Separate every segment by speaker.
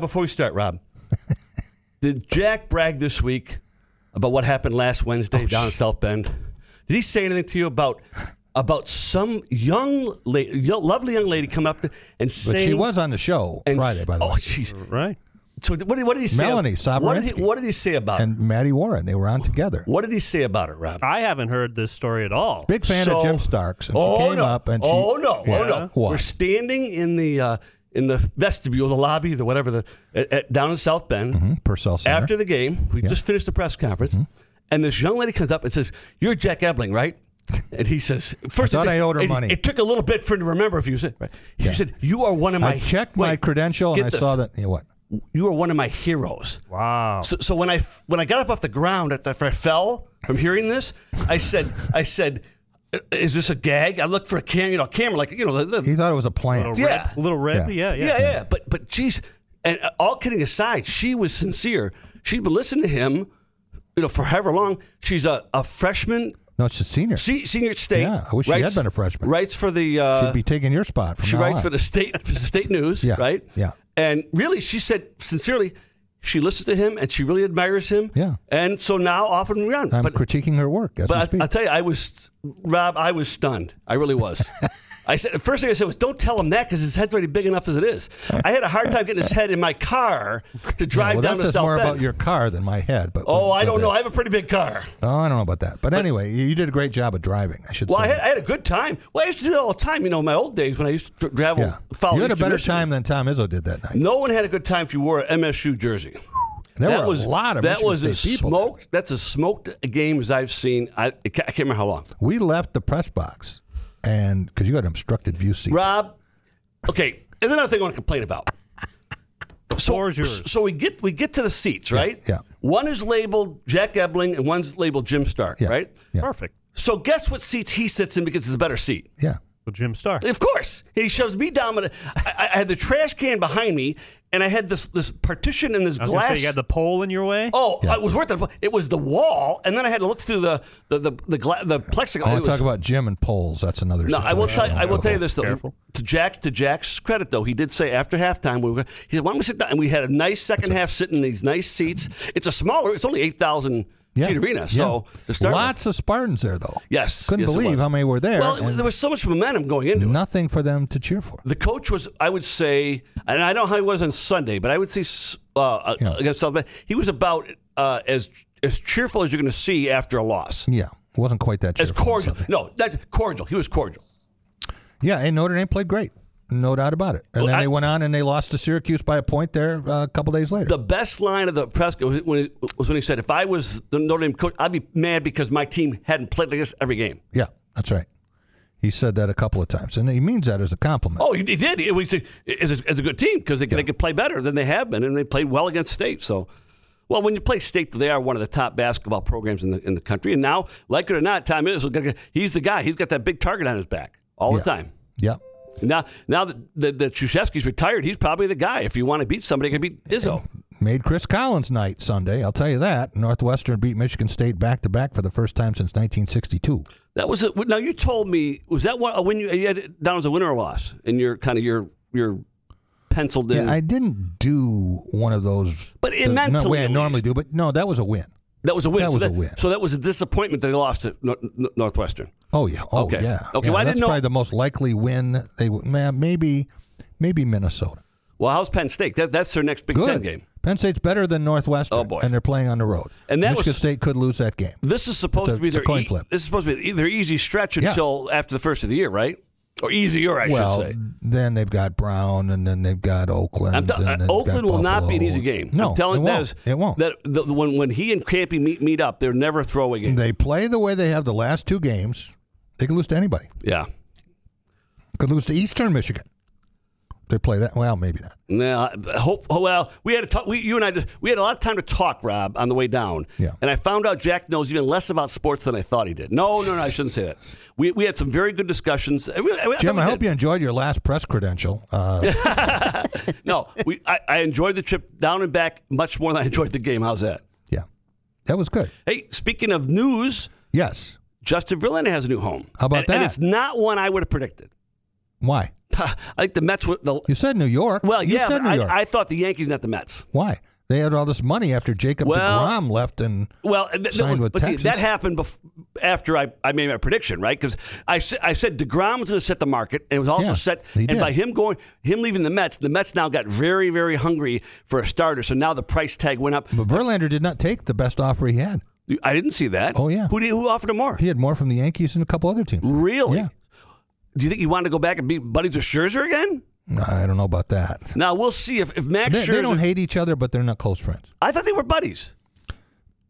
Speaker 1: Before we start, Rob, did Jack brag this week about what happened last
Speaker 2: Oh,
Speaker 1: Wednesday down in South Bend? Did he say anything to you about about some young, la- young lovely young lady come up and saying?
Speaker 2: But she was on the show
Speaker 1: and
Speaker 2: Friday,
Speaker 1: s-
Speaker 2: by the
Speaker 1: oh,
Speaker 2: way.
Speaker 1: jeez.
Speaker 3: Right.
Speaker 1: So what did, what did he say?
Speaker 2: Melanie
Speaker 1: What did,
Speaker 2: Soboransky.
Speaker 1: he, what did he say about it?
Speaker 2: And Maddie Warren, they were on together.
Speaker 1: What did he say about it, Rob?
Speaker 3: I haven't heard this story at all.
Speaker 2: Big fan of
Speaker 1: So-
Speaker 2: Jim Starks. And
Speaker 1: oh
Speaker 2: she came
Speaker 1: no!
Speaker 2: up and she.
Speaker 1: oh no! Oh no!
Speaker 3: Yeah.
Speaker 2: What?
Speaker 1: We're standing in the uh, in the vestibule, the lobby, the whatever, the at, at, down in South Bend.
Speaker 2: Purcell Center.
Speaker 1: After the game, we just finished the press conference,
Speaker 2: Mm-hmm.
Speaker 1: and this young lady comes up and says, "You're Jack Ebling, right?" And he says, first
Speaker 2: thought
Speaker 1: it-
Speaker 2: I owed her
Speaker 1: it-
Speaker 2: money."
Speaker 1: It took a little bit for him to remember if you said, right. He said, "You are one of my."
Speaker 2: I checked my
Speaker 1: Wait,
Speaker 2: credential and
Speaker 1: get
Speaker 2: I
Speaker 1: this.
Speaker 2: saw that. You know what?
Speaker 1: you are one of my heroes.
Speaker 3: Wow.
Speaker 1: So, so when I when I got up off the ground after I fell from hearing this, I said, I said, "Is this a gag?" I looked for a camera, you know, a camera like you know, the, the,
Speaker 2: He thought it was a plant.
Speaker 3: Little
Speaker 1: Yeah.
Speaker 3: Rip, little Rip.
Speaker 2: Yeah.
Speaker 3: Yeah. Yeah.
Speaker 1: yeah, yeah. But but geez, and uh, all kidding aside, she was sincere. She'd been listening to him, you know, for however long. She's a, a freshman,
Speaker 2: No, it's a senior. She
Speaker 1: se- senior at state.
Speaker 2: Yeah, I wish she had been a freshman.
Speaker 1: Writes for the. Uh,
Speaker 2: would be taking your spot from
Speaker 1: she
Speaker 2: now
Speaker 1: writes
Speaker 2: on.
Speaker 1: for the state for the state news.
Speaker 2: Yeah,
Speaker 1: Right.
Speaker 2: yeah.
Speaker 1: And really, she said sincerely. She listens to him and she really admires him.
Speaker 2: Yeah.
Speaker 1: And so now off and run.
Speaker 2: I'm
Speaker 1: but
Speaker 2: critiquing her work as we
Speaker 1: but I,
Speaker 2: speak.
Speaker 1: I'll tell you, I was, Rob, I was stunned. I really was. I said, the first thing I said was, don't tell him that because his head's already big enough as it is. I had a hard time getting his head in my car to drive
Speaker 2: well,
Speaker 1: down
Speaker 2: that
Speaker 1: to
Speaker 2: says
Speaker 1: South
Speaker 2: more
Speaker 1: Bend.
Speaker 2: about your car than my head. But
Speaker 1: oh,
Speaker 2: but-
Speaker 1: I don't
Speaker 2: but-
Speaker 1: know. I have a pretty big car.
Speaker 2: Oh, I don't know about that. But anyway, you you did a great job of driving. I should
Speaker 1: Well,
Speaker 2: say.
Speaker 1: I had, I had a good time. Well, I used to do that all the time. You know, in my old days when I used to travel,
Speaker 2: yeah.
Speaker 1: follow
Speaker 2: you had a
Speaker 1: Eastern
Speaker 2: better
Speaker 1: Michigan.
Speaker 2: time than Tom Izzo did that night.
Speaker 1: No one had a good time if you wore an MSU jersey.
Speaker 2: there
Speaker 1: that
Speaker 2: were
Speaker 1: was
Speaker 2: a lot of
Speaker 1: that
Speaker 2: Michigan
Speaker 1: was as
Speaker 2: State people. there.
Speaker 1: smoked. That's as smoked a game as I've seen. I, I can't remember how long.
Speaker 2: We left the press box, and because you had an obstructed view seat.
Speaker 1: Rob, okay, there's another thing I want to complain about. So,
Speaker 3: floor is yours.
Speaker 1: so we get we get to the seats, right?
Speaker 2: yeah.
Speaker 1: One is labeled Jack Ebling and one's labeled Jim Stark,
Speaker 2: Yeah,
Speaker 1: right?
Speaker 2: Yeah.
Speaker 3: Perfect.
Speaker 1: So guess what seats he sits in because it's a better seat.
Speaker 2: Yeah.
Speaker 3: Well, Jim Starr.
Speaker 1: Of course, he shoves me down. But I, I had the trash can behind me, and I had this this partition and this
Speaker 3: I was gonna
Speaker 1: glass.
Speaker 3: say you got the pole in your way.
Speaker 1: oh, it was worth it. It was the wall, and then I had to look through the the the the, gla- the plexiglass.
Speaker 2: I
Speaker 1: It
Speaker 2: want to
Speaker 1: was-
Speaker 2: talk about Jim and polls. That's another.
Speaker 1: No, I will
Speaker 2: situation.
Speaker 1: tell. You, I will tell you this though.
Speaker 3: Careful.
Speaker 1: To Jack, to Jack's credit though, he did say after halftime we were, he said, "Why don't we sit down?" And we had a nice second half sitting in these nice seats. It's a smaller. It's only eight thousand seat arena. So
Speaker 2: yeah.
Speaker 1: to start with-
Speaker 2: lots of Spartans there though.
Speaker 1: Yes,
Speaker 2: couldn't
Speaker 1: yes, it
Speaker 2: believe
Speaker 1: was.
Speaker 2: how many were there.
Speaker 1: well,
Speaker 2: and
Speaker 1: there was so much momentum going into it.
Speaker 2: nothing for them to cheer for.
Speaker 1: The coach was, I would say, and I don't know how he was on Sunday, but I would say uh,
Speaker 2: Yeah.
Speaker 1: against something he was about uh, as as cheerful as you're going to see after a loss.
Speaker 2: Yeah, wasn't quite that.
Speaker 1: As
Speaker 2: cheerful on
Speaker 1: cordial,
Speaker 2: Sunday.
Speaker 1: no, that cordial. He was cordial.
Speaker 2: Yeah, and Notre Dame played great, no doubt about it. And
Speaker 1: Well,
Speaker 2: then
Speaker 1: I-
Speaker 2: they went on and they lost to Syracuse by a point there uh, a couple days later.
Speaker 1: The best line of the press co- was when, was when he said, "If I was the Notre Dame coach, I'd be mad because my team hadn't played like this every game."
Speaker 2: yeah, that's right. He said that a couple of times, and he means that as a compliment.
Speaker 1: Oh, he, he did. It was as a, as a good team because they, they could play better than they have been, and they played well against State. So, well, when you play State, they are one of the top basketball programs in the in the country. And now, like it or not, Tom is he's the guy. He's got that big target on his back all the
Speaker 2: Yeah.
Speaker 1: time.
Speaker 2: Yeah.
Speaker 1: Now, now that that, that Krzyzewski's retired, he's probably the guy. If you want to beat somebody, you can beat Izzo.
Speaker 2: Oh, Made Chris Collins night Sunday, I'll tell you that. Northwestern beat Michigan State back to back for the first time since 1962.
Speaker 1: That was a, now you told me was that what when you, you had it down as a win or a loss and you're kind of your your penciled in.
Speaker 2: Yeah, I didn't do one of those.
Speaker 1: But it
Speaker 2: the-
Speaker 1: meant
Speaker 2: not
Speaker 1: to
Speaker 2: the way I
Speaker 1: at
Speaker 2: normally
Speaker 1: least.
Speaker 2: do, but no, that was a win.
Speaker 1: that was a win.
Speaker 2: that
Speaker 1: so
Speaker 2: was a win.
Speaker 1: So that was a disappointment that they lost to Nor- Nor- Northwestern.
Speaker 2: Oh yeah. Oh
Speaker 1: Okay.
Speaker 2: yeah.
Speaker 1: Okay,
Speaker 2: Yeah,
Speaker 1: well, I
Speaker 2: that's
Speaker 1: didn't know-
Speaker 2: probably the most likely win. They would- ma- maybe maybe Minnesota.
Speaker 1: Well, how's Penn State? That, that's their next Big Ten
Speaker 2: Good
Speaker 1: game.
Speaker 2: Penn State's better than Northwestern.
Speaker 1: Oh, boy.
Speaker 2: And they're playing on the road.
Speaker 1: And that
Speaker 2: Michigan
Speaker 1: was-
Speaker 2: State could lose that game.
Speaker 1: This is supposed
Speaker 2: It's a-
Speaker 1: to be
Speaker 2: it's a
Speaker 1: their e,
Speaker 2: coin flip.
Speaker 1: this is supposed to be their easy stretch
Speaker 2: Yeah.
Speaker 1: until after the first of the year, right? Or easier, I
Speaker 2: well,
Speaker 1: should say.
Speaker 2: then they've got Brown, and then they've got Oakland.
Speaker 1: I'm tell-
Speaker 2: and then they've got
Speaker 1: Oakland will not be an
Speaker 2: Buffalo.
Speaker 1: easy game.
Speaker 2: No,
Speaker 1: I'm telling
Speaker 2: it
Speaker 1: that
Speaker 2: won't.
Speaker 1: is-
Speaker 2: it won't.
Speaker 1: That the, the- when when he and Campy meet meet up, they're never throwing it.
Speaker 2: They play the way they have the last two games. They could lose to anybody.
Speaker 1: Yeah.
Speaker 2: Could lose to Eastern Michigan. They play that. Well, maybe not.
Speaker 1: No, I- hope. oh, Well, we had a talk. We, you and I, just- we had a lot of time to talk, Rob, on the way down.
Speaker 2: Yeah.
Speaker 1: And I found out Jack knows even less about sports than I thought he did. No, no, no, I shouldn't say that. We, we had some very good discussions. I really- I- I thought
Speaker 2: Jim,
Speaker 1: we
Speaker 2: I
Speaker 1: did.
Speaker 2: hope you enjoyed your last press credential. Uh,
Speaker 1: No, we, I, I enjoyed the trip down and back much more than I enjoyed the game. How's that?
Speaker 2: yeah, that was good.
Speaker 1: Hey, speaking of news,
Speaker 2: Yes,
Speaker 1: Justin Verlander has a new home.
Speaker 2: How about
Speaker 1: And- And
Speaker 2: that?
Speaker 1: it's not one I would have predicted.
Speaker 2: Why?
Speaker 1: I think the Mets were the.
Speaker 2: You said New York.
Speaker 1: Well,
Speaker 2: you
Speaker 1: yeah,
Speaker 2: said
Speaker 1: but
Speaker 2: New York.
Speaker 1: I, I thought the Yankees, not the Mets.
Speaker 2: Why? They had all this money after Jacob
Speaker 1: Well-
Speaker 2: DeGrom left, and
Speaker 1: Well, th- th-
Speaker 2: Signed with
Speaker 1: but see,
Speaker 2: Texas.
Speaker 1: that happened bef- after I, I made my prediction, right? Because I, s- I said DeGrom was going to set the market, and it was also
Speaker 2: Yeah,
Speaker 1: set.
Speaker 2: he
Speaker 1: And
Speaker 2: did.
Speaker 1: by him going, him leaving the Mets, the Mets now got very, very hungry for a starter. So now the price tag went up.
Speaker 2: but Verlander did not take the best offer he had.
Speaker 1: I didn't see that.
Speaker 2: Oh, yeah.
Speaker 1: who did, who offered him more?
Speaker 2: He had more from the Yankees and a couple other teams.
Speaker 1: Really?
Speaker 2: Yeah.
Speaker 1: Do you think he wanted to go back and be buddies with Scherzer again?
Speaker 2: No, I don't know about that.
Speaker 1: Now we'll see if, if Max
Speaker 2: They,
Speaker 1: Scherzer.
Speaker 2: they don't hate each other, but they're not close friends.
Speaker 1: I thought they were buddies.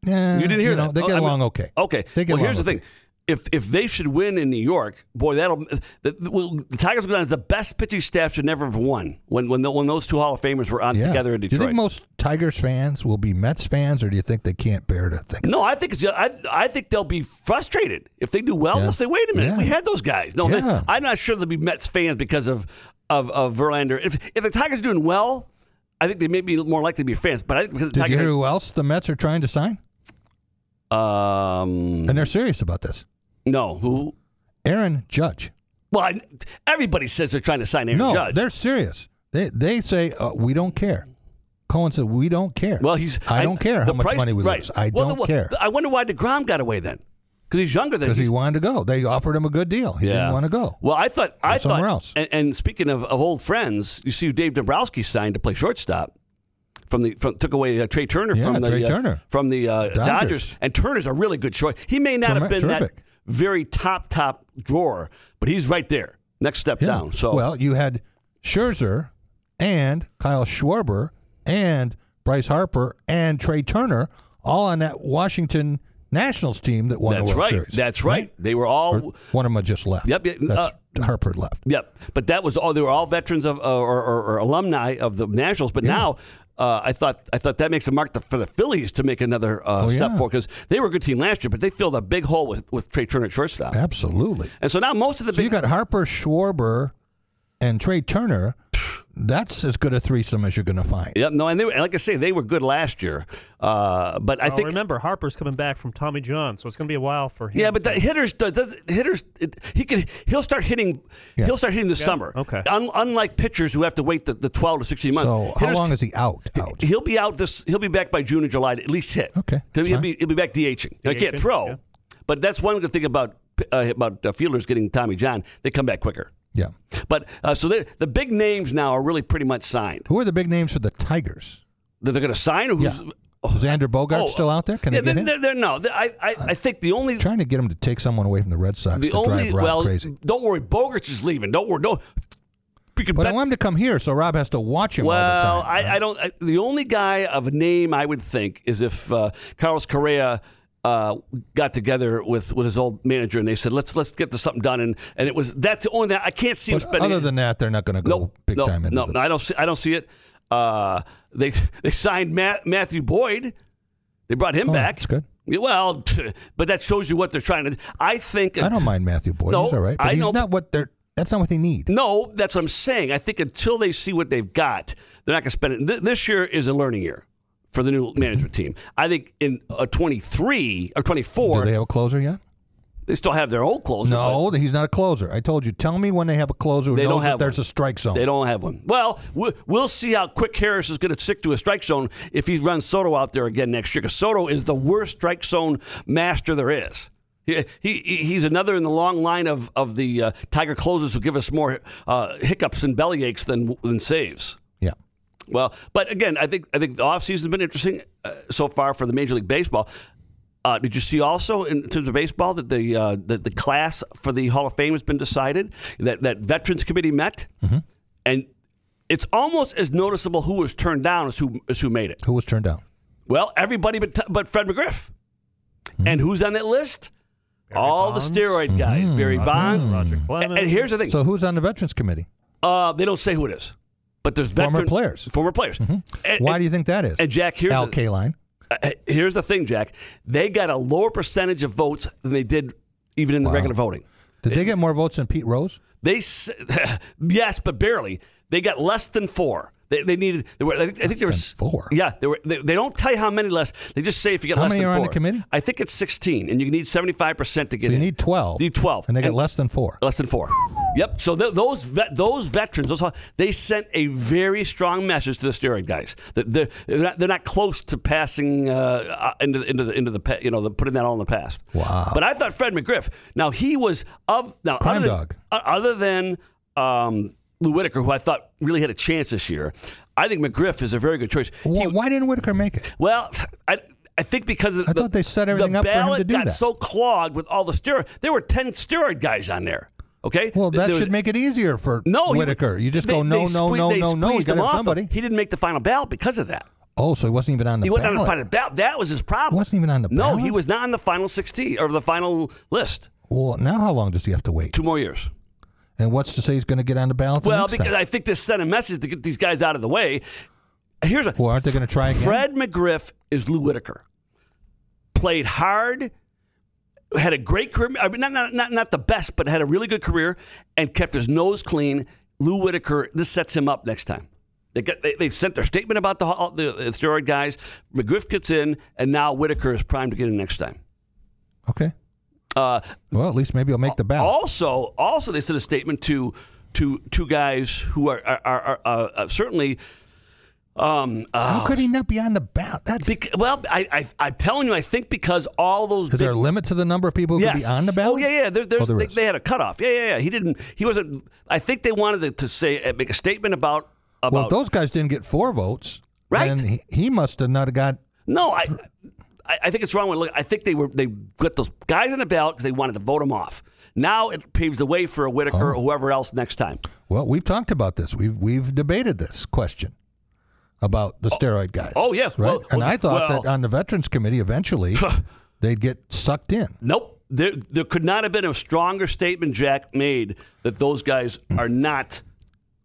Speaker 2: Yeah,
Speaker 1: You didn't hear
Speaker 2: know,
Speaker 1: that.
Speaker 2: They
Speaker 1: Oh,
Speaker 2: get
Speaker 1: I mean-
Speaker 2: along okay.
Speaker 1: Okay.
Speaker 2: They get
Speaker 1: well, here's
Speaker 2: along
Speaker 1: the
Speaker 2: okay.
Speaker 1: thing. If, if they should win in New York, boy, that'll the, the, well, the Tigers will go down as the best pitching staff should never have won when when, the, when those two Hall of Famers were on
Speaker 2: Yeah.
Speaker 1: together in
Speaker 2: do you
Speaker 1: Detroit.
Speaker 2: think most Tigers fans will be Mets fans, or do you think they can't bear to think?
Speaker 1: no, I think it's I, I think they'll be frustrated if they do well. They'll say, "Wait a minute,
Speaker 2: Yeah.
Speaker 1: we had those guys." No, they-
Speaker 2: Yeah.
Speaker 1: I'm not sure they'll be Mets fans because of of, of Verlander. If if the Tigers are doing well, I think they may be more likely to be fans. But I think because the
Speaker 2: Did you
Speaker 1: Tigers,
Speaker 2: hear who else the Mets are trying to sign?
Speaker 1: um,
Speaker 2: And they're serious about this.
Speaker 1: no, who?
Speaker 2: Aaron Judge.
Speaker 1: Well, I, everybody says they're trying to sign Aaron
Speaker 2: no,
Speaker 1: Judge.
Speaker 2: they're serious. They they say uh, we don't care. Cohen said we don't care.
Speaker 1: Well, he's.
Speaker 2: I don't care how
Speaker 1: the
Speaker 2: much
Speaker 1: price-
Speaker 2: money we
Speaker 1: right.
Speaker 2: lose. I
Speaker 1: Well,
Speaker 2: don't
Speaker 1: well,
Speaker 2: care
Speaker 1: I wonder why Degrom got away then, because he's younger than.
Speaker 2: because he
Speaker 1: he's-
Speaker 2: wanted to go. They offered him a good deal. He didn't want to go.
Speaker 1: Well, I thought I
Speaker 2: somewhere
Speaker 1: thought.
Speaker 2: else.
Speaker 1: And, and speaking of, of old friends, you see who Dave Dombrowski signed to play shortstop. From the from, took away uh, Trey Turner
Speaker 2: Yeah,
Speaker 1: from the
Speaker 2: Trey
Speaker 1: uh,
Speaker 2: Turner.
Speaker 1: from the uh, Dodgers.
Speaker 2: Dodgers.
Speaker 1: and Turner's a really good choice. He may not have
Speaker 2: Trem-
Speaker 1: been that
Speaker 2: terrific.
Speaker 1: very top top drawer, but he's right there, next step
Speaker 2: Yeah.
Speaker 1: down. So
Speaker 2: well, you had Scherzer and Kyle Schwarber and Bryce Harper and Trey Turner all on that Washington Nationals team that won
Speaker 1: that's
Speaker 2: the
Speaker 1: right,
Speaker 2: World Series.
Speaker 1: that's right. They were all
Speaker 2: Or one of them just left.
Speaker 1: Yep, yeah, uh,
Speaker 2: That's Harper left.
Speaker 1: Yep. But that was all. They were all veterans of uh, or, or, or alumni of the Nationals. But now. Uh, I thought I thought that makes a mark for the Phillies to make another uh,
Speaker 2: Oh,
Speaker 1: step
Speaker 2: yeah.
Speaker 1: forward because they were a good team last year, but they filled a big hole with, with Trey Turner at shortstop,
Speaker 2: Absolutely.
Speaker 1: and so now most of the
Speaker 2: So you
Speaker 1: big
Speaker 2: got Harper, Schwarber, and Trey Turner. That's as good a threesome as you're going to find.
Speaker 1: yep no and they were, and like I say they were good last year, uh, but I
Speaker 2: Oh,
Speaker 3: Well,
Speaker 1: think
Speaker 3: remember Harper's coming back from Tommy John, so it's going to be a while for him.
Speaker 1: yeah, but the hitters does, does hitters it, he can he'll start hitting
Speaker 2: Yeah.
Speaker 1: he'll start hitting this summer.
Speaker 3: Okay.
Speaker 1: Un, unlike pitchers who have to wait the, the twelve to sixteen months.
Speaker 2: So how
Speaker 1: hitters
Speaker 2: long is he out? Out.
Speaker 1: He'll be out this. He'll be back by June or July to at least hit.
Speaker 2: Okay,
Speaker 1: He'll,
Speaker 2: that's
Speaker 1: he'll
Speaker 2: fine.
Speaker 1: be he'll be back DHing. I can't
Speaker 3: DHing,
Speaker 1: throw,
Speaker 3: yeah.
Speaker 1: but that's one good thing about uh, about uh, fielders getting Tommy John. They come back quicker.
Speaker 2: Yeah.
Speaker 1: But uh, so they- the big names now are really pretty much signed.
Speaker 2: Who are the big names for the Tigers?
Speaker 1: That they're going to sign. Or who's
Speaker 2: Xander Bogart
Speaker 1: oh,
Speaker 2: still out there? Can
Speaker 1: yeah,
Speaker 2: they get
Speaker 1: they're,
Speaker 2: him?
Speaker 1: they're- they're- no. They're- I, I I think the only
Speaker 2: Trying to get him to take someone away from the Red Sox
Speaker 1: the
Speaker 2: to
Speaker 1: only
Speaker 2: drive Rob
Speaker 1: well
Speaker 2: crazy.
Speaker 1: don't worry Bogarts is leaving. Don't worry. Don't. You can
Speaker 2: But I
Speaker 1: bet-
Speaker 2: want him to come here, so Rob has to watch him all
Speaker 1: Well,
Speaker 2: the time.
Speaker 1: I, I don't. I, the only guy of name I would think is if uh, Carlos Correa uh, got together with, with his old manager and they said, "Let's let's get this something done." And, and it was that's the only thing I can't see him
Speaker 2: But
Speaker 1: spending.
Speaker 2: other than that, they're not going to go
Speaker 1: no,
Speaker 2: big
Speaker 1: no,
Speaker 2: time into
Speaker 1: no,
Speaker 2: the-
Speaker 1: no, I don't see. I don't see it. Uh, they they signed Matt, Matthew Boyd. They brought him
Speaker 2: Oh,
Speaker 1: back.
Speaker 2: that's good.
Speaker 1: Yeah, Well, but that shows you what they're trying to. I think.
Speaker 2: I don't mind Matthew Boyd.
Speaker 1: No,
Speaker 2: he's all right, but
Speaker 1: I
Speaker 2: he's
Speaker 1: know-
Speaker 2: not what they're. That's not what they need.
Speaker 1: No, that's what I'm saying. I think until they see what they've got, they're not going to spend it. Th- this year is a learning year for the new management team. I think in uh, 23 or 24,
Speaker 2: Do they
Speaker 1: they,
Speaker 2: have a closer yet?
Speaker 1: still have their old closer. but
Speaker 2: No, he's not a closer. I told you. Tell me when they have a closer. Who
Speaker 1: They
Speaker 2: knows
Speaker 1: don't
Speaker 2: that
Speaker 1: have
Speaker 2: there's
Speaker 1: one.
Speaker 2: a strike zone.
Speaker 1: They don't have one. Well, we- we'll see how quick Harris is going to stick to a strike zone if he runs Soto out there again next year. Because Soto is the worst strike zone master there is. He, he he's another in the long line of of the uh, Tiger closers who give us more uh, hiccups and belly aches than than saves.
Speaker 2: Yeah.
Speaker 1: Well, but again, I think I think the offseason's been interesting uh, so far for the Major League Baseball. Uh, did you see also in terms of baseball that the, uh, the the class for the Hall of Fame has been decided? That that Veterans Committee met,
Speaker 2: Mm-hmm.
Speaker 1: and it's almost as noticeable who was turned down as who as who made it.
Speaker 2: Who was turned down?
Speaker 1: Well, everybody but but Fred McGriff,
Speaker 2: Mm-hmm.
Speaker 1: and who's on that list? All
Speaker 3: Bonds.
Speaker 1: the steroid guys, Barry Bonds.
Speaker 3: Roger
Speaker 1: And,
Speaker 3: Clemens.
Speaker 1: and here's the thing:
Speaker 2: So who's on the Veterans Committee?
Speaker 1: uh, they don't say who it is, but there's
Speaker 2: Former
Speaker 1: veteran-
Speaker 2: players. Mm-hmm.
Speaker 1: former players. And-
Speaker 2: Why do you think that is?
Speaker 1: and Jack, here's
Speaker 2: Al
Speaker 1: the-
Speaker 2: Kaline.
Speaker 1: Uh, here's the thing, Jack. They got a lower percentage of votes than they did even in the regular voting.
Speaker 2: Did they get more votes than Pete Rose?
Speaker 1: They s- yes, but barely. They got less than four. They, they needed. They were, I think, I think there was
Speaker 2: Less than four?
Speaker 1: Yeah, they were. They, they don't tell you how many less. They just say if you get
Speaker 2: How
Speaker 1: less
Speaker 2: many
Speaker 1: than
Speaker 2: are on the
Speaker 1: four.
Speaker 2: committee?
Speaker 1: I think it's sixteen, and you need seventy five percent to get
Speaker 2: So you
Speaker 1: in.
Speaker 2: need 12.
Speaker 1: Need 12.
Speaker 2: And they get
Speaker 1: And-
Speaker 2: less than four.
Speaker 1: less than four. Yep. So th- those vet- those veterans, those, they sent a very strong message to the steroid guys that they're they're not, they're not close to passing uh, uh, into the- into the into the pa- you know the, putting that all in the past. Wow. But I thought Fred McGriff. Now he was of now
Speaker 2: Crime
Speaker 1: other than,
Speaker 2: dog.
Speaker 1: o- Other than um, Lou Whitaker, who I thought really had a chance this year, I think McGriff is a very good choice.
Speaker 2: Why, why didn't Whitaker make it?
Speaker 1: Well, I, I think because of the,
Speaker 2: thought they set everything
Speaker 1: the
Speaker 2: up for him to
Speaker 1: ballot
Speaker 2: do
Speaker 1: got
Speaker 2: that.
Speaker 1: so clogged with all the steroid. There were ten steroid guys on there. Okay.
Speaker 2: Well, that
Speaker 1: There was-
Speaker 2: should make it easier for
Speaker 1: no he-
Speaker 2: Whitaker. you just
Speaker 1: they-
Speaker 2: go no,
Speaker 1: they
Speaker 2: no,
Speaker 1: sque-
Speaker 2: no,
Speaker 1: they
Speaker 2: no, no. You
Speaker 1: squeezed
Speaker 2: got
Speaker 1: him
Speaker 2: to have
Speaker 1: off,
Speaker 2: somebody.
Speaker 1: though. He didn't make the final ballot because of that.
Speaker 2: oh, so he wasn't even on the
Speaker 1: He wasn't on the
Speaker 2: ballot.
Speaker 1: final ballot. That was his problem.
Speaker 2: Wasn't even on the
Speaker 1: No,
Speaker 2: ballot?
Speaker 1: he was not on the final sixteen or the final list.
Speaker 2: Well, now how long does he have to wait?
Speaker 1: Two more years.
Speaker 2: And what's to say he's going to get on the ballot? the
Speaker 1: Well,
Speaker 2: next
Speaker 1: because
Speaker 2: time?
Speaker 1: I think this sent a message to get these guys out of the way. Here's a
Speaker 2: well, aren't they going to try again?
Speaker 1: Fred McGriff is Lou Whitaker. Played hard, had a great career. I mean, not, not, not, not the best, but had a really good career and kept his nose clean. Lou Whitaker, this sets him up next time. They, got, they, they sent their statement about the, the steroid guys. McGriff gets in, and now Whitaker is primed to get in next time.
Speaker 2: Okay.
Speaker 1: Uh,
Speaker 2: Well, at least maybe he'll make the ballot.
Speaker 1: also, also they sent a statement to to two guys who are are, are, are uh, uh, certainly. Um, uh,
Speaker 2: how could he not be on the ballot? That's
Speaker 1: bec- well, I, I I'm telling you, I think because all those
Speaker 2: is there
Speaker 1: big-
Speaker 2: a limit to the number of people who could
Speaker 1: yes.
Speaker 2: be on the ballot?
Speaker 1: Oh yeah, yeah. There's, there's,
Speaker 2: Oh, there
Speaker 1: they,
Speaker 2: is.
Speaker 1: they had a cutoff. Yeah, yeah, yeah. He didn't. He wasn't. I think they wanted to, to say uh, make a statement about about.
Speaker 2: Well, if those guys didn't get four votes.
Speaker 1: Right.
Speaker 2: And he, he must have not got.
Speaker 1: no, I. I I think it's wrong. When look, I think they were they got those guys on the ballot because they wanted to vote them off. Now it paves the way for a Whitaker or whoever else next time.
Speaker 2: Well, we've talked about this. We've we've debated this question about the steroid guys.
Speaker 1: oh, yeah.
Speaker 2: Right.
Speaker 1: Well-
Speaker 2: and
Speaker 1: well,
Speaker 2: I thought that
Speaker 1: well-
Speaker 2: on the veterans committee, eventually, they'd get sucked in.
Speaker 1: Nope. There, there could not have been a stronger statement Jack made that those guys are not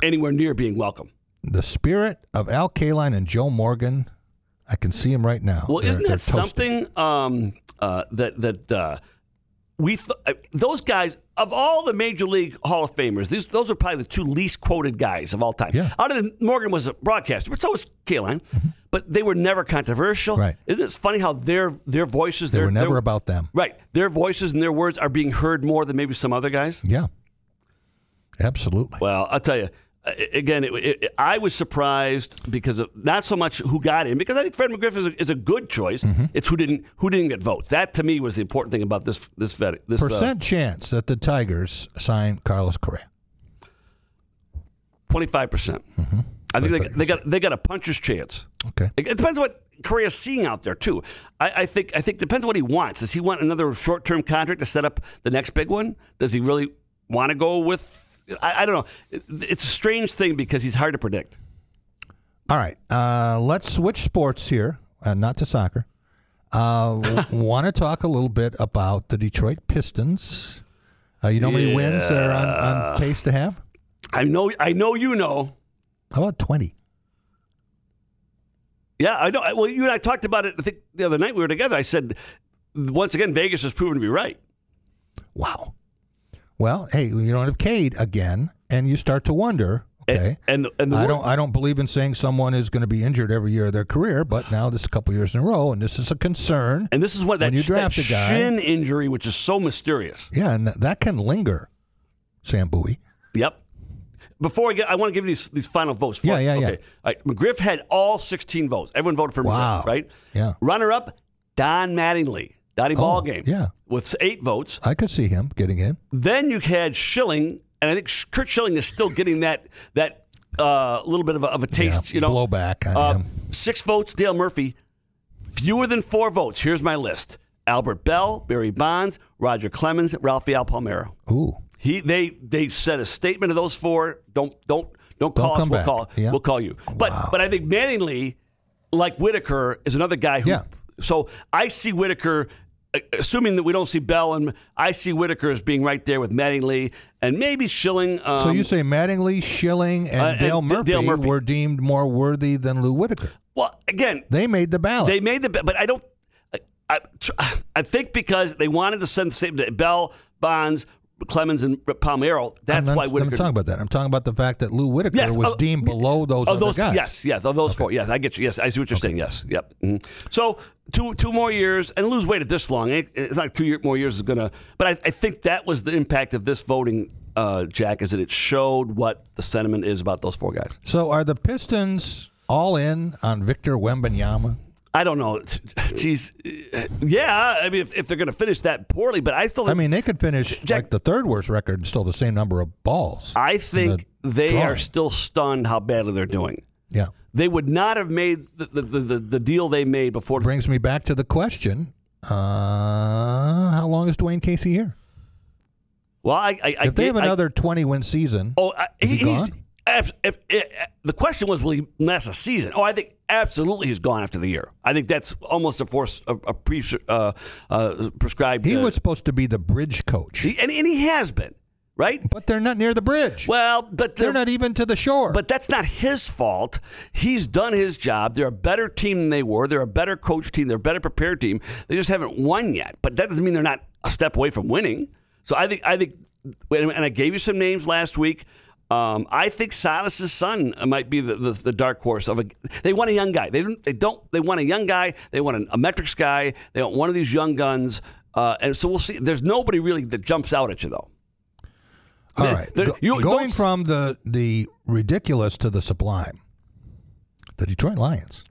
Speaker 1: anywhere near being welcome.
Speaker 2: the spirit of Al Kaline and Joe Morgan. I can see him right now.
Speaker 1: Well,
Speaker 2: They're-
Speaker 1: isn't
Speaker 2: they're
Speaker 1: that
Speaker 2: toasted.
Speaker 1: something um, uh, that that uh, we th- uh, those guys of all the major league Hall of Famers, these those are probably the two least quoted guys of all time.
Speaker 2: Yeah. Mm-hmm.
Speaker 1: Other than Morgan was a broadcaster, but so was Kaline. But they were never controversial.
Speaker 2: Right.
Speaker 1: Isn't it funny how their their voices
Speaker 2: They
Speaker 1: their,
Speaker 2: were never
Speaker 1: their,
Speaker 2: about them.
Speaker 1: right their voices and their words are being heard more than maybe some other guys.
Speaker 2: Yeah, absolutely.
Speaker 1: Well, I'll tell you. uh, a- Again, it, it, I was surprised because of not so much who got in, because I think Fred McGriff is a, is a good choice.
Speaker 2: Mm-hmm.
Speaker 1: It's who didn't who didn't get votes. That to me was the important thing about this this vet, this uh,
Speaker 2: Percent chance that the Tigers sign Carlos Correa.
Speaker 1: twenty five percent. I think they, they got they got a puncher's chance.
Speaker 2: Mm-hmm. Okay.
Speaker 1: It, it depends on what Korea's seeing out there too. I, I think I think depends on what he wants. Does he want another short term contract to set up the next big one? Does he really want to go with? I, I don't know. It- it's a strange thing because he's hard to predict.
Speaker 2: All right. Uh, let's switch sports here, uh, not to soccer. Uh, Want to talk a little bit about the Detroit Pistons? Uh, you know how many wins they're on, on pace to have?
Speaker 1: I know I know you know.
Speaker 2: How about twenty?
Speaker 1: Yeah, I know. I- Well, you and I talked about it. I think the other night we were together. I said, once again, Vegas has proven to be right.
Speaker 2: Wow. Well, hey, you don't have Cade again, and you start to wonder.
Speaker 1: And-
Speaker 2: Okay.
Speaker 1: and the, and the
Speaker 2: I don't. I don't believe in saying someone is going to be injured every year of their career, but now this is a couple years in a row, and this is a concern.
Speaker 1: and this is what that,
Speaker 2: When you
Speaker 1: sh-
Speaker 2: draft
Speaker 1: that
Speaker 2: a guy-
Speaker 1: shin injury, which is so mysterious.
Speaker 2: Yeah, and that, that can linger. Sam Bowie.
Speaker 1: Yep. Before I get, I want to give you these these final votes.
Speaker 2: Yeah, yeah, yeah.
Speaker 1: Okay. All right. McGriff had all 16 votes. Everyone voted for
Speaker 2: Wow.
Speaker 1: McGriff, right?
Speaker 2: Yeah.
Speaker 1: Runner up, Don Mattingly, Donnie Ballgame,
Speaker 2: Oh, yeah.
Speaker 1: with eight votes.
Speaker 2: I could see him getting in.
Speaker 1: Then you had Schilling, and I think Sh- Kurt Schilling is still getting that that uh, little bit of a, of a taste, you know,
Speaker 2: blowback on
Speaker 1: Uh,
Speaker 2: him.
Speaker 1: six votes, Dale Murphy. Fewer than four votes. Here's my list: Albert Bell, Barry Bonds, Roger Clemens, Rafael Palmero.
Speaker 2: Ooh,
Speaker 1: He they they said a statement of those four. Don't don't don't call us.
Speaker 2: come
Speaker 1: We'll
Speaker 2: back.
Speaker 1: call
Speaker 2: Yeah.
Speaker 1: we'll call you. But but I think Manningly, like Whitaker, is another guy who.
Speaker 2: Yeah.
Speaker 1: So I see Whitaker. a- Assuming that we don't see Bell, and I see Whitaker as being right there with Mattingly and maybe Schilling. Um,
Speaker 2: so you say Mattingly, Schilling, and,
Speaker 1: uh, and
Speaker 2: Dale,
Speaker 1: D-
Speaker 2: Murphy
Speaker 1: Dale Murphy.
Speaker 2: were deemed more worthy than Lou Whitaker.
Speaker 1: well, again,
Speaker 2: They made the ballot.
Speaker 1: They made the bet, but I don't. I, I, I think because they wanted to send the statement to Bell, Bonds, Clemens, and Palmero. That's
Speaker 2: I'm,
Speaker 1: why
Speaker 2: I'm
Speaker 1: Whitaker.
Speaker 2: talking about that. I'm talking about the fact that Lou Whitaker
Speaker 1: Yes,
Speaker 2: was
Speaker 1: oh,
Speaker 2: deemed below those
Speaker 1: Oh,
Speaker 2: other
Speaker 1: those
Speaker 2: guys.
Speaker 1: yes, yes, of those four. Yes, I get you. Yes, I see what you're saying. Yes, yep. mhm. So two two more years, and Lou's waited this long. It- It's not two year, more years is gonna. But I, I think that was the impact of this voting uh, Jack, is that it showed what the sentiment is about those four guys.
Speaker 2: So are the Pistons all in on Victor Wembanyama?
Speaker 1: I don't know. Jeez. Yeah, I mean, if, if they're going to finish that poorly, but I still
Speaker 2: I mean, they could finish
Speaker 1: Jack-
Speaker 2: like the third worst record and still the same number of balls.
Speaker 1: I think
Speaker 2: the
Speaker 1: they are
Speaker 2: drawing.
Speaker 1: still stunned how badly they're doing.
Speaker 2: yeah.
Speaker 1: They would not have made the, the, the, the, the deal they made before.
Speaker 2: Brings me back to the question. Uh, how long is Dwayne Casey here?
Speaker 1: Well, I, I, I
Speaker 2: If they
Speaker 1: did-
Speaker 2: have
Speaker 1: I-
Speaker 2: another 20 win season,
Speaker 1: Oh, I,
Speaker 2: Is
Speaker 1: he,
Speaker 2: he
Speaker 1: he's.
Speaker 2: gone?
Speaker 1: If, if, eh, the question was, will he last a season? Oh, I think absolutely he's gone after the year. I think that's almost a force a, a pre uh, uh, prescribed.
Speaker 2: he
Speaker 1: uh,
Speaker 2: was supposed to be the bridge coach,
Speaker 1: he- and, and he has been right.
Speaker 2: but they're not near the bridge.
Speaker 1: Well, but
Speaker 2: they're
Speaker 1: they're-
Speaker 2: not even to the shore.
Speaker 1: But that's not his fault. He's done his job. They're a better team than they were. They're a better coach team. They're a better prepared team. They just haven't won yet. But that doesn't mean they're not a step away from winning. So I think I think, and I gave you some names last week. Um, I think Silas's son might be the, the, the dark horse of a. They want a young guy. They don't. They don't. They want a young guy. They want an, a metrics guy. They want one of these young guns. Uh, and so we'll see. There's nobody really that jumps out at you though.
Speaker 2: All right.
Speaker 1: There-
Speaker 2: Go-
Speaker 1: you
Speaker 2: going
Speaker 1: don't-
Speaker 2: from the, the ridiculous to the sublime, the Detroit Lions.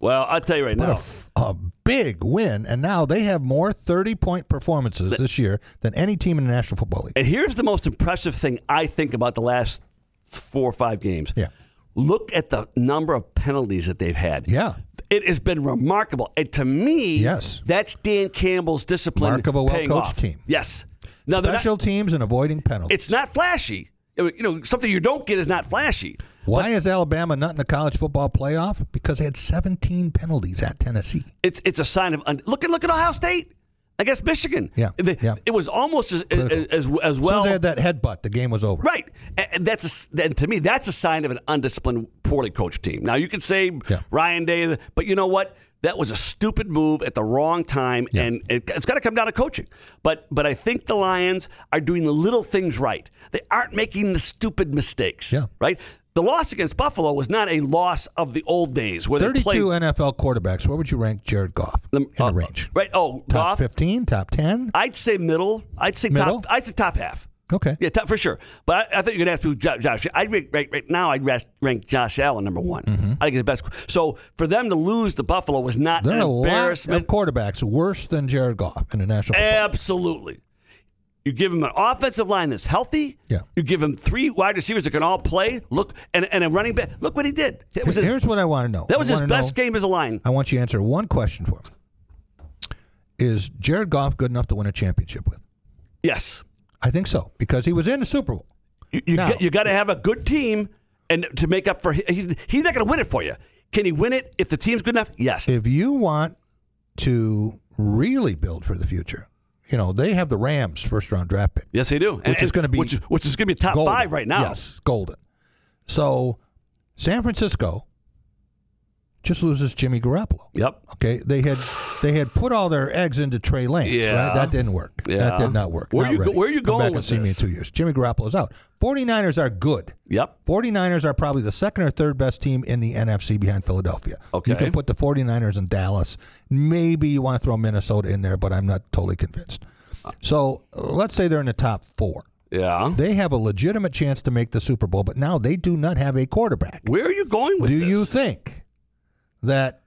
Speaker 1: Well, I'll tell you right
Speaker 2: But a
Speaker 1: now.
Speaker 2: f- a big win, and now they have more 30 point performances this year than any team in the National Football League.
Speaker 1: And here's the most impressive thing I think about the last four or five games.
Speaker 2: Yeah.
Speaker 1: Look at the number of penalties that they've had.
Speaker 2: Yeah.
Speaker 1: It has been remarkable. And to me,
Speaker 2: Yes.
Speaker 1: that's Dan Campbell's discipline.
Speaker 2: Mark of a
Speaker 1: paying
Speaker 2: well-coached
Speaker 1: off.
Speaker 2: team.
Speaker 1: Yes. Now, they're not,
Speaker 2: Special teams and avoiding penalties.
Speaker 1: it's not flashy. I mean, You know, something you don't get is not flashy.
Speaker 2: Why is Alabama not in the college football playoff? Because they had 17 penalties at Tennessee.
Speaker 1: It's it's a sign of un- look at look at Ohio State against Michigan.
Speaker 2: Yeah,
Speaker 1: They-
Speaker 2: yeah.
Speaker 1: It was almost as as, as well
Speaker 2: Well, they had that headbutt. The game was over.
Speaker 1: Right, and and that's a, s- then to me that's a sign of an undisciplined, poorly coached team. Now you could say
Speaker 2: Yeah.
Speaker 1: Ryan Day, but you know what? That was a stupid move at the wrong time, and it, it's got to come down to coaching. But but I think the Lions are doing the little things right. They aren't making the stupid mistakes.
Speaker 2: Yeah.
Speaker 1: Right. The loss against Buffalo was not a loss of the old days where they
Speaker 2: 32
Speaker 1: played
Speaker 2: NFL quarterbacks. Where would you rank Jared Goff in
Speaker 1: uh,
Speaker 2: the range?
Speaker 1: Right. Oh, Goff.
Speaker 2: Top 15, top 10?
Speaker 1: I'd say middle. I'd say
Speaker 2: Middle?
Speaker 1: top. I'd say top half.
Speaker 2: Okay.
Speaker 1: Yeah, top, for sure. But I, I thought you were going to ask me who Jo- Josh. I rank right, right now. I'd rest, rank Josh Allen number one.
Speaker 2: Mm-hmm.
Speaker 1: I think he's the best. So for them to lose the Buffalo was not
Speaker 2: There
Speaker 1: an
Speaker 2: are a lot of
Speaker 1: embarrassment.
Speaker 2: quarterbacks worse than Jared Goff in the National Football
Speaker 1: Absolutely. You give him an offensive line that's healthy.
Speaker 2: Yeah.
Speaker 1: You give him three wide receivers that can all play. Look, and, and a running back. Look what he did. It was his,
Speaker 2: Here's what I want to know.
Speaker 1: that was
Speaker 2: I
Speaker 1: his
Speaker 2: wanna
Speaker 1: best
Speaker 2: know-
Speaker 1: game as a line.
Speaker 2: I want you to answer one question for me. Is Jared Goff good enough to win a championship with?
Speaker 1: Yes.
Speaker 2: I think so because he was in the Super Bowl.
Speaker 1: You, you,
Speaker 2: No.
Speaker 1: got, you got to have a good team and to make up for. He's he's not going to win it for you. Can he win it if the team's good enough? Yes.
Speaker 2: If you want to really build for the future, you know they have the Rams first round draft pick.
Speaker 1: Yes, they do. And-
Speaker 2: Which is gonna be
Speaker 1: which, is- which is going to be top
Speaker 2: Golden.
Speaker 1: five right now.
Speaker 2: Yes, golden. So San Francisco just loses Jimmy Garoppolo.
Speaker 1: Yep.
Speaker 2: Okay, they had they had put all their eggs into Trey Lance.
Speaker 1: Yeah.
Speaker 2: right? that didn't work.
Speaker 1: Yeah.
Speaker 2: That did not work.
Speaker 1: Where
Speaker 2: Not
Speaker 1: you go-
Speaker 2: ready.
Speaker 1: where you
Speaker 2: Come
Speaker 1: going
Speaker 2: back and
Speaker 1: with
Speaker 2: see me in
Speaker 1: this?
Speaker 2: two years. Jimmy Garoppolo's out. 49ers are good.
Speaker 1: Yep.
Speaker 2: 49ers are probably the second or third best team in the NFC behind Philadelphia.
Speaker 1: Okay.
Speaker 2: You can put the 49ers in Dallas. Maybe you want to throw Minnesota in there, but I'm not totally convinced. So let's say they're in the top four.
Speaker 1: Yeah.
Speaker 2: They have a legitimate chance to make the Super Bowl, but now they do not have a quarterback.
Speaker 1: Where are you going with
Speaker 2: Do
Speaker 1: this?
Speaker 2: you think that,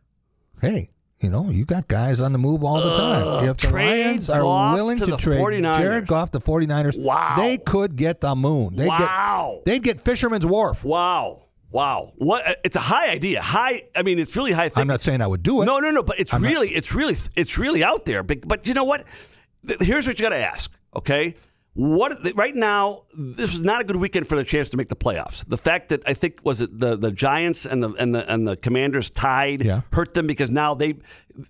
Speaker 2: hey, you know, you got guys on the move all the time. If the
Speaker 1: trade
Speaker 2: Lions are
Speaker 1: Goff
Speaker 2: willing
Speaker 1: to
Speaker 2: to,
Speaker 1: the
Speaker 2: trade
Speaker 1: 49ers.
Speaker 2: Jared Goff, the 49ers,
Speaker 1: Wow.
Speaker 2: they could get the moon. They'd
Speaker 1: Wow.
Speaker 2: Get, they'd get Fisherman's Wharf.
Speaker 1: wow. Wow. What? It's a high idea. High. I mean, it's really high.
Speaker 2: I'm
Speaker 1: Thinking.
Speaker 2: not saying I would do it.
Speaker 1: No, no, no. But it's really, it's really, it's really out there. But, but you know what? Th- Here's what you got to ask. Okay. What right now? This is not a good weekend for the chance to make the playoffs. The fact that I think was it the, the Giants and the and the and the Commanders tied
Speaker 2: Yeah.
Speaker 1: hurt them because now they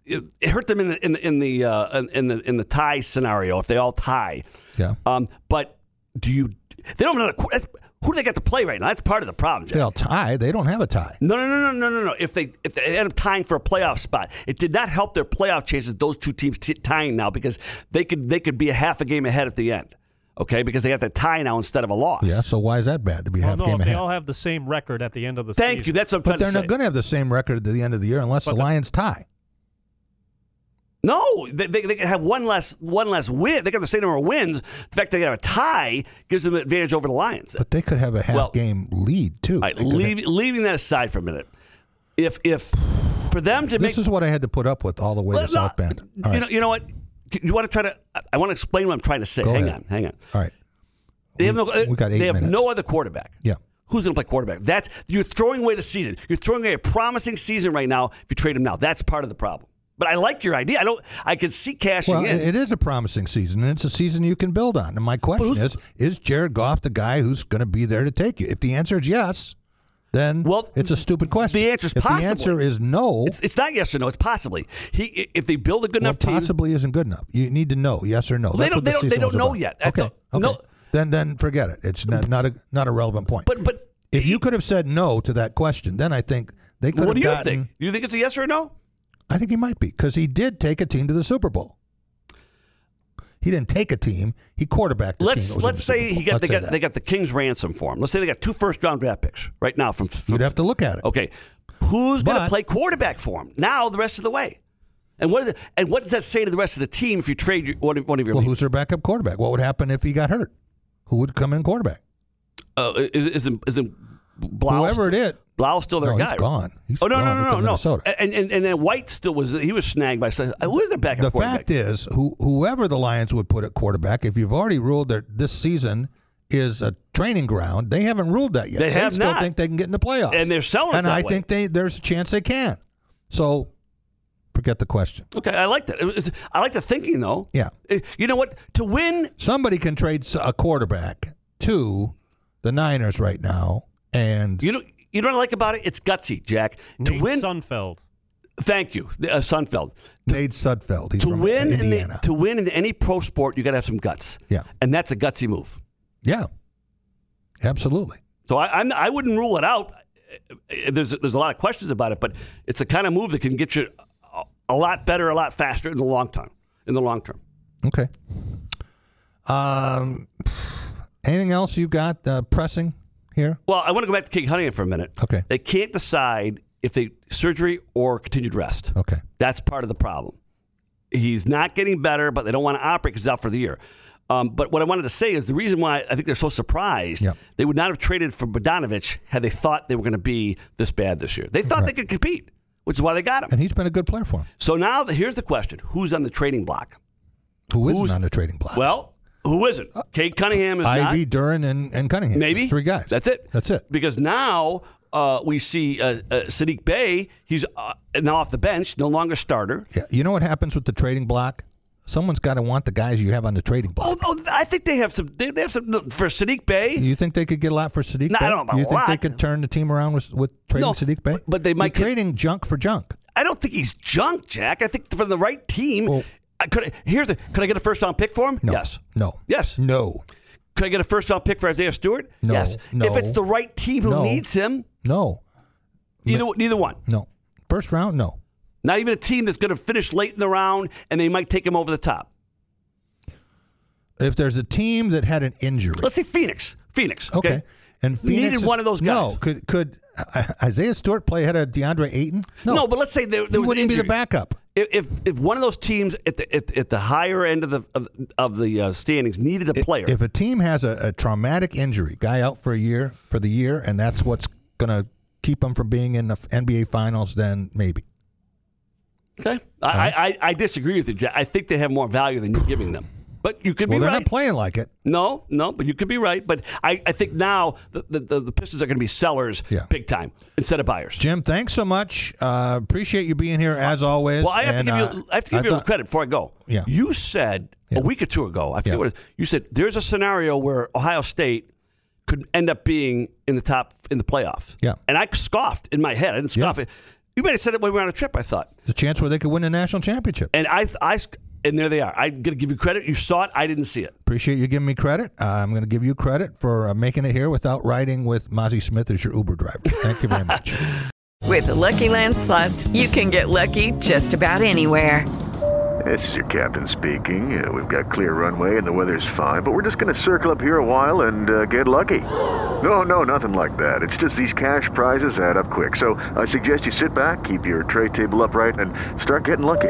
Speaker 1: it it hurt them in the in the in the uh, in the in the tie scenario if they all tie.
Speaker 2: Yeah.
Speaker 1: Um. But do you? They don't have another. qu- That's, who do they got to play right now? That's part of the problem. Jack.
Speaker 2: They'll tie. They don't have a tie.
Speaker 1: No, no, no, no, no, no, no. If they if they end up tying for a playoff spot, it did not help their playoff chances. Those two teams t- tying now because they could they could be a half a game ahead at the end. Okay, because they got the tie now instead of a loss.
Speaker 2: Yeah, so why is that bad to be
Speaker 3: Well,
Speaker 2: half
Speaker 3: no,
Speaker 2: game
Speaker 3: if they
Speaker 2: ahead?
Speaker 3: all have the same record at the end of the season.
Speaker 1: Thank you. That's what I'm
Speaker 2: but
Speaker 1: trying
Speaker 2: they're
Speaker 1: to say.
Speaker 2: not going to have the same record at the end of the year unless the Lions tie.
Speaker 1: No, they, they, they can have one less one less win. They got the same number of wins. The fact they have a tie gives them an advantage over the Lions.
Speaker 2: But they could have a half
Speaker 1: Well-
Speaker 2: game lead too.
Speaker 1: All right,
Speaker 2: They could have-
Speaker 1: leave, leaving that aside for a minute, if if for them to make
Speaker 2: this is what I had to put up with all the way to
Speaker 1: Well, no,
Speaker 2: South Bend. All
Speaker 1: you
Speaker 2: right,
Speaker 1: know, you know what? You want to try to? I- I want to explain what I'm trying to say.
Speaker 2: Go
Speaker 1: hang
Speaker 2: ahead.
Speaker 1: on, hang on.
Speaker 2: all right.
Speaker 1: They have no. uh,
Speaker 2: we got eight
Speaker 1: they have
Speaker 2: minutes.
Speaker 1: no other quarterback.
Speaker 2: Yeah.
Speaker 1: Who's going to play quarterback? That's you're throwing away the season. You're throwing away a promising season right now if you trade him now. That's part of the problem. But I like your idea. I don't. I could see cashing
Speaker 2: Well,
Speaker 1: in.
Speaker 2: it it is a promising season, and it's a season you can build on. And my question is: Is Jared Goff the guy who's going to be there to take you? If the answer is yes, then
Speaker 1: Well,
Speaker 2: it's a stupid question.
Speaker 1: the answer's
Speaker 2: if
Speaker 1: possibly.
Speaker 2: the answer is no,
Speaker 1: it's, it's not yes or no. It's possibly he. If they build a good
Speaker 2: well,
Speaker 1: enough team,
Speaker 2: possibly isn't good enough. You need to know yes or no.
Speaker 1: They
Speaker 2: That's
Speaker 1: don't-
Speaker 2: what this
Speaker 1: they don't- they
Speaker 2: season
Speaker 1: don't
Speaker 2: was
Speaker 1: know
Speaker 2: about.
Speaker 1: yet. I
Speaker 2: Okay,
Speaker 1: don't- no.
Speaker 2: okay. Then then forget it. It's not, not a not a relevant point.
Speaker 1: but but
Speaker 2: if you could have said no to that question, then I think they could
Speaker 1: what
Speaker 2: have
Speaker 1: do you
Speaker 2: gotten.
Speaker 1: think? You think it's a yes or a no?
Speaker 2: I think he might be because he did take a team to the Super Bowl. He didn't take a team; he quarterbacked. The
Speaker 1: Let's
Speaker 2: team that was in
Speaker 1: let's
Speaker 2: the Super
Speaker 1: say
Speaker 2: Bowl.
Speaker 1: he got
Speaker 2: Let's
Speaker 1: they
Speaker 2: say
Speaker 1: got
Speaker 2: that.
Speaker 1: they got the king's ransom for him. Let's say they got two first round draft picks right now from. from
Speaker 2: You'd have to look at it.
Speaker 1: Okay, who's going to
Speaker 2: But-
Speaker 1: play quarterback for him now the rest of the way? And what is it, and what does that say to the rest of the team if you trade your, one, of- one of your
Speaker 2: Well,
Speaker 1: lead-
Speaker 2: who's their backup quarterback? What would happen if he got hurt? Who would come in quarterback?
Speaker 1: uh, is is in- is in Blau
Speaker 2: Whoever
Speaker 1: still,
Speaker 2: it is.
Speaker 1: Blau still their
Speaker 2: No,
Speaker 1: guy?
Speaker 2: he's gone. He's
Speaker 1: oh no
Speaker 2: gone
Speaker 1: no
Speaker 2: with
Speaker 1: no no
Speaker 2: the
Speaker 1: no!
Speaker 2: Minnesota.
Speaker 1: And, and and then White still was he was snagged by some- who is their backup
Speaker 2: The
Speaker 1: quarterback?
Speaker 2: fact is, who, whoever the Lions would put at quarterback, if you've already ruled that this season is a training ground, they haven't ruled that yet.
Speaker 1: They have
Speaker 2: still
Speaker 1: not.
Speaker 2: think they can get in the playoffs,
Speaker 1: And they're selling it
Speaker 2: And
Speaker 1: that
Speaker 2: I
Speaker 1: way.
Speaker 2: think they there's a chance they can. So, forget the question.
Speaker 1: okay, I like that. It was- I like the thinking though.
Speaker 2: Yeah.
Speaker 1: Uh, you know what? To win
Speaker 2: Somebody can trade s- a quarterback to the Niners right now, and
Speaker 1: You know, you know what I like about it? It's gutsy, Jack.
Speaker 3: Nate
Speaker 1: to win,
Speaker 3: Sunfeld.
Speaker 1: thank you, uh, Sunfeld.
Speaker 2: Nate Sudfeld. He's
Speaker 1: To
Speaker 2: from
Speaker 1: win, in
Speaker 2: Indiana.
Speaker 1: the, to win in any pro sport, you got to have some guts.
Speaker 2: Yeah.
Speaker 1: and that's a gutsy move.
Speaker 2: Yeah, absolutely.
Speaker 1: So I, I'm, I wouldn't rule it out. Uh, There's there's a lot of questions about it, but it's the kind of move that can get you a, a lot better, a lot faster in the long time. In the long term,
Speaker 2: Okay. Um, anything else you got uh, pressing here?
Speaker 1: well, I want to go back to King Huntington for a minute.
Speaker 2: Okay.
Speaker 1: they can't decide if they surgery or continued rest.
Speaker 2: Okay.
Speaker 1: That's part of the problem. He's not getting better, but they don't want to operate because he's out for the year. Um, but what I wanted to say is the reason why I think they're so surprised,
Speaker 2: Yep.
Speaker 1: they would not have traded for Bodanovich had they thought they were going to be this bad this year. They thought they could compete, which is why they got him.
Speaker 2: And he's been a good player for him.
Speaker 1: So now the, here's the question who's on the trading block?
Speaker 2: Who isn't on the trading block?
Speaker 1: Well, who isn't? Kate Cunningham is not.
Speaker 2: Uh, Ivy, Duran, and, and Cunningham.
Speaker 1: Maybe.
Speaker 2: There's three guys.
Speaker 1: That's it.
Speaker 2: That's it.
Speaker 1: Because now uh, we see uh, uh, Sadiq Bey, he's uh, now off the bench, no longer starter.
Speaker 2: Yeah. You know what happens with the trading block? Someone's got to want the guys you have on the trading block.
Speaker 1: Oh, oh, I think they have some. They, they have some no, for Sadiq Bay.
Speaker 2: You think they could get a lot for Sadiq?
Speaker 1: No, I
Speaker 2: Bey?
Speaker 1: don't know about
Speaker 2: You
Speaker 1: a
Speaker 2: think they
Speaker 1: lot.
Speaker 2: could turn the team around with, with trading
Speaker 1: No,
Speaker 2: Sadiq Bay?
Speaker 1: but- but they might get-
Speaker 2: You're trading junk for junk.
Speaker 1: I don't think he's junk, Jack. I think from the right team.
Speaker 2: Well-
Speaker 1: I could here's the. Could I get a first round pick for him?
Speaker 2: No.
Speaker 1: Yes.
Speaker 2: No.
Speaker 1: Yes.
Speaker 2: No.
Speaker 1: Could I get a first round pick for Isaiah Stewart?
Speaker 2: No,
Speaker 1: Yes.
Speaker 2: no,
Speaker 1: if it's the right team who
Speaker 2: no.
Speaker 1: needs him,
Speaker 2: No.
Speaker 1: either neither one.
Speaker 2: No. First round. No.
Speaker 1: Not even a team that's going to finish late in the round and they might take him over the top.
Speaker 2: If there's a team that had an injury,
Speaker 1: Let's say Phoenix. Phoenix. Okay.
Speaker 2: Okay. And Phoenix
Speaker 1: Needed
Speaker 2: is-
Speaker 1: one of those guys.
Speaker 2: No, could could uh, Isaiah Stewart play ahead of DeAndre Ayton? No,
Speaker 1: No, but let's say there,
Speaker 2: he
Speaker 1: there was
Speaker 2: wouldn't
Speaker 1: an
Speaker 2: even be the
Speaker 1: injury.
Speaker 2: backup.
Speaker 1: If, if if one of those teams at the at, at the higher end of the of, of the uh, standings needed a player,
Speaker 2: If a team has a, a traumatic injury, guy out for a year for the year, and that's what's going to keep him from being in the NBA Finals, then maybe.
Speaker 1: Okay. I, I, I, I disagree with you, Jack. I think they have more value than you're giving them. But you could
Speaker 2: Well,
Speaker 1: be
Speaker 2: they're
Speaker 1: right.
Speaker 2: not playing like it.
Speaker 1: no, no, but you could be right. But I, I think now the, the, the, the Pistons are going to be sellers
Speaker 2: Yeah.
Speaker 1: big time instead of buyers.
Speaker 2: Jim, thanks so much. Uh, appreciate you being here as always.
Speaker 1: Well, I have,
Speaker 2: And,
Speaker 1: to give
Speaker 2: uh,
Speaker 1: you, I have to give you
Speaker 2: I
Speaker 1: a
Speaker 2: thought-
Speaker 1: little credit before I go.
Speaker 2: Yeah.
Speaker 1: You said a week or two ago, I forget
Speaker 2: Yeah.
Speaker 1: what it, you said, there's a scenario where Ohio State could end up being in the top in the playoffs.
Speaker 2: Yeah.
Speaker 1: And I scoffed in my head. I didn't scoff. it. You might have said it when we were on a trip, I thought.
Speaker 2: the chance where they could win the national championship.
Speaker 1: And I, I and there they are. I'm going to give you credit. You saw it. I didn't see it.
Speaker 2: Appreciate you giving me credit. Uh, I'm going to give you credit for uh, making it here without riding with Mozzie Smith as your Uber driver. Thank you very much.
Speaker 4: With the Lucky Land slots, you can get lucky just about anywhere.
Speaker 5: This is your captain speaking. Uh, we've got clear runway and the weather's fine, but we're just going to circle up here a while and uh, get lucky. No, no, nothing like that. It's just these cash prizes add up quick. So I suggest you sit back, keep your tray table upright, and start getting lucky.